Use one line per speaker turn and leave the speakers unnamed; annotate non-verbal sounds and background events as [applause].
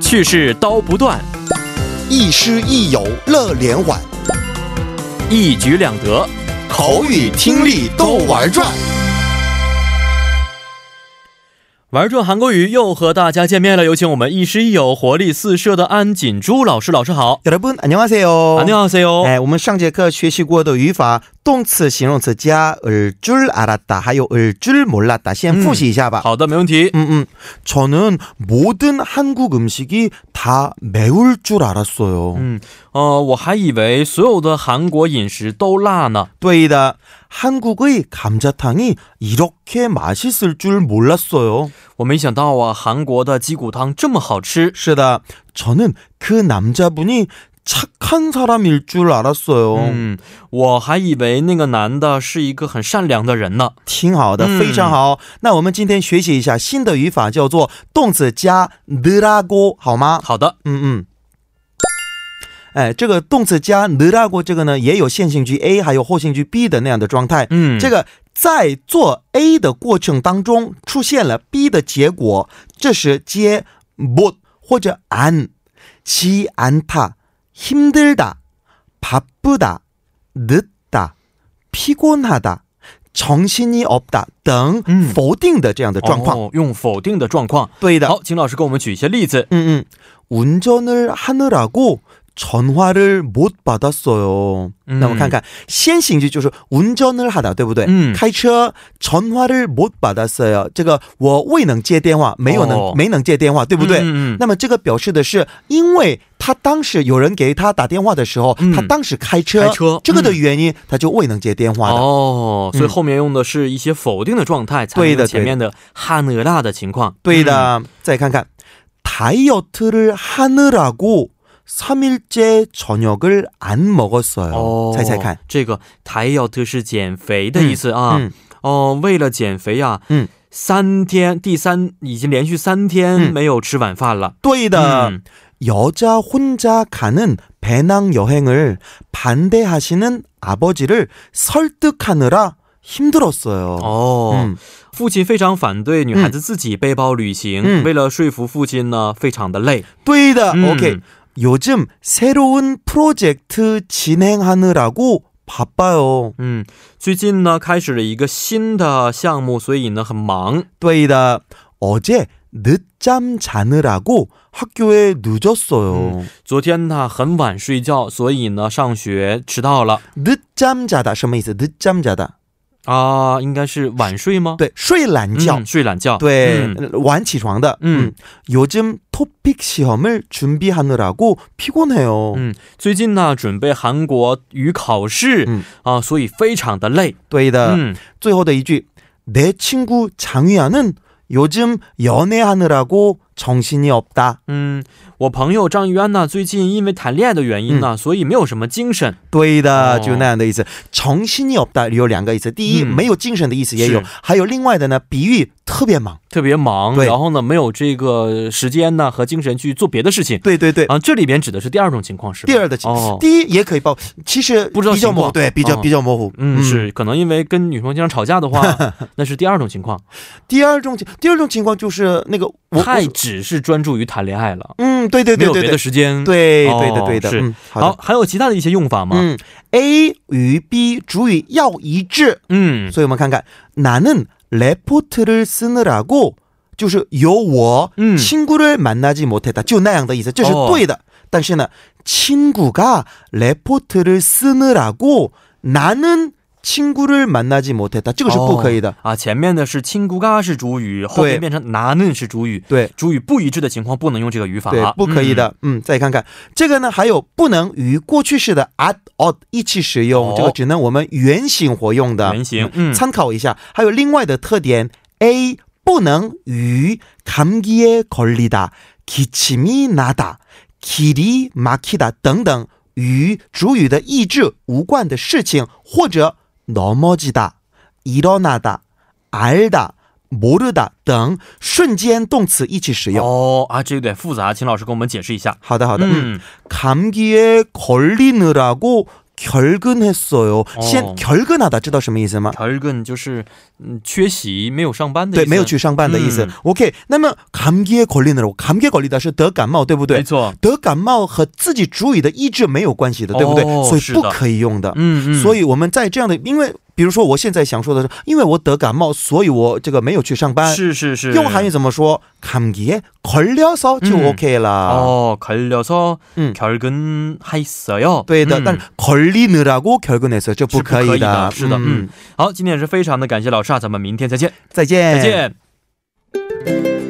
去世刀不断，
亦师亦友乐连环，
一举两得。
口语听力都玩转。
玩转韩国语又和大家见面了，有请我们亦师亦友、活力四射的安锦珠老师。老师好，
여러분 안녕하세요. 네,
안녕하세요。
哎，我们上节课学习过的语法，动词、形容词加을줄알았다，还有을줄몰랐다，先复习一下吧。
好的，没问题。
음, 음. 저는 모든 한국 음식이 다 매울 줄 알았어요.
嗯，呃，我还以为所有的韩国饮食都辣呢。
또이다. 한국의 감자탕이 이렇게 맛있을 줄 몰랐어요.
我没想到啊，韩国的鸡骨汤这么好吃。
쓰다. 저는 그 남자분이 착한 사람일 줄 알았어요.
嗯，我还以为那个男的是一个很善良的人呢。
挺好的，
嗯
非常好。那我们今天学习一下新的语法，叫做动词加느拉锅，好吗？
好的，
嗯嗯。哎，这个动词加느拉锅这个呢，也有先行句 A 还有后行句 B 的那样的状态。
嗯，
这个在做 A 的过程当中出现了 B 的结果，这时接 못 或者 안、지않다、힘들다、바쁘다、늦다피곤하다、정신이없다等
嗯
否定的这样的状况。
哦用否定的状况。
对的，
好，请老师给我们举一些例子。
응응. 운전을 하느라고 전화를 못 받았어요. 그러니까
음.
那我看看先行句就是 운전을 하다, 对不对?
음.
开车 전화를 못 받았어요. 这个我未能接电话，没有能、
哦。
没能接电话，对不对？
嗯嗯嗯。
那么这个表示的是，因为他当时有人给他打电话的时候，
嗯。
他当时开车，
음. 开车，嗯。
这个的原因，他就未能接电话的。
哦，所以
嗯
后面用的是一些否定的状态，才
对
能
的
前面的哈呢拉的情况。
对
嗯，
的，再看看 다이어트를 하느라고 3일째 저녁을 안 먹었어요.
哦，
猜猜看，
这个台要特是减肥的意思啊。
嗯
哦，为了减肥呀、
嗯，
三天，第三已经连续三天
嗯
没有吃晚饭了。嗯
또이다.
음.
여자 혼자 가는 배낭 여행을 반대하시는 아버지를 설득하느라 힘들었어요.
哦，
음.
父亲非常反对女孩子自己背包旅行，
嗯
为了说服父亲呢，非常的累。
또이다.
음.
오케이. 요즘 새로운 프로젝트 진행하느라고 바빠요.
嗯，最近呢开始了一个新的项目，所以呢很忙。
또이다. 어제 늦잠 자느라고 학교에 늦었어요.
昨天呢很晚睡觉，所以呢上学迟到了
늦잠 자다 什么意思？늦잠 자다
啊，应该是晚睡吗？
对，睡懒觉，
嗯、睡懒觉。
对、
嗯
晚起床的。
嗯
嗯，요즘토픽시험을준비하느라고피곤해요。
嗯，最近呢准备韩国语考试、
嗯
啊，所以非常的累。
对的。
嗯，
음. 最后的一句，내친구장유아는요즘연애하느라고정신이없다。
嗯，我朋友张玉安呢，最近因为谈恋爱的原因
嗯
呢，所以没有什么精神。
对的，
哦
就那样的意思。정신이없다有两个意思，第一、
嗯
没有精神的意思也有
是，
还有另外的呢，比喻特别忙。
特别忙，
对
然后呢，没有这个时间呢和精神去做别的事情
对对对。
啊。这里边指的是第二种情况，是吧？
第二的情，
哦，
第一也可以包，其实
不知道
比较
情况
模糊，对，比较、
哦
比较模糊。
嗯，是可能因为跟女朋友经常吵架的
[laughs]
话，那是第二种情况，
第二种情，第二种情况就是那个我
太
我
只是专注于谈恋爱了，
嗯，对对
没
对
有
对
别的
对，
时间。，
对
哦
对的对的，
是
嗯，好
好
的，，
还有其他的一些用法吗？
嗯，A 与 B 主语要一致，
嗯
所以我们看看 그러니까 나는 레포트를 쓰느라고 就是由我
嗯
친구를 만나지 못했다，就那样的意思，这是
哦
对的。但是呢，친구가 레포트를 쓰느라고 나는 친구를 만나지 못했다，这个是
어.
不可以的。
啊，前面的是亲姑嘎是主语，后面变成拿嫩是主语，
对，
主语不一致的情况不能用这个语法
对
啊，，
不可以的。嗯，再看看这个呢，还有不能与过去式的 at or 一起使用，
哦
这个只能我们原形活用
嗯。
的。
原型，嗯，
参考一下。还有另外的特点，A 不能与감기에걸리다기침이나다길이막히다等等与主语的意志无关的事情，或者넘어지다일어나다알다모르다等瞬间动词一起使用。
哦嗯啊，这有
嗯
点复杂，请老师给我们解释一下。
好的，好的，嗯
嗯，
감기에 걸리느라고 결근했어요.
哦。
先 결근하다 知道什么意思吗？
결근 就是嗯缺席没有上班的意
对，
思，
没有去上班的意思。
嗯
OK，那么감기에걸리느라고，감기에 걸리다是得感冒，对不
没
对？
错，
得感冒和自己主语的意志没有关系的，对不对？
哦
所以
是
不
的
可以用的。
嗯嗯，
所以我们在这样的，因为比如说我现在想说的是，因为我得感冒，所以我这个没有去上班。
是是是，
用韩语怎么说？감기에걸려서就
嗯
OK 了。
어, 걸려서
음.
결근했어요.
嗯对的，
음.
但是걸리느라고결근했어요就不可以
嗯
的。嗯
是不可以的是嗯的
哎
嗯好，今天也是非常的感谢老师啊，咱们明天再见，
再见，
再见。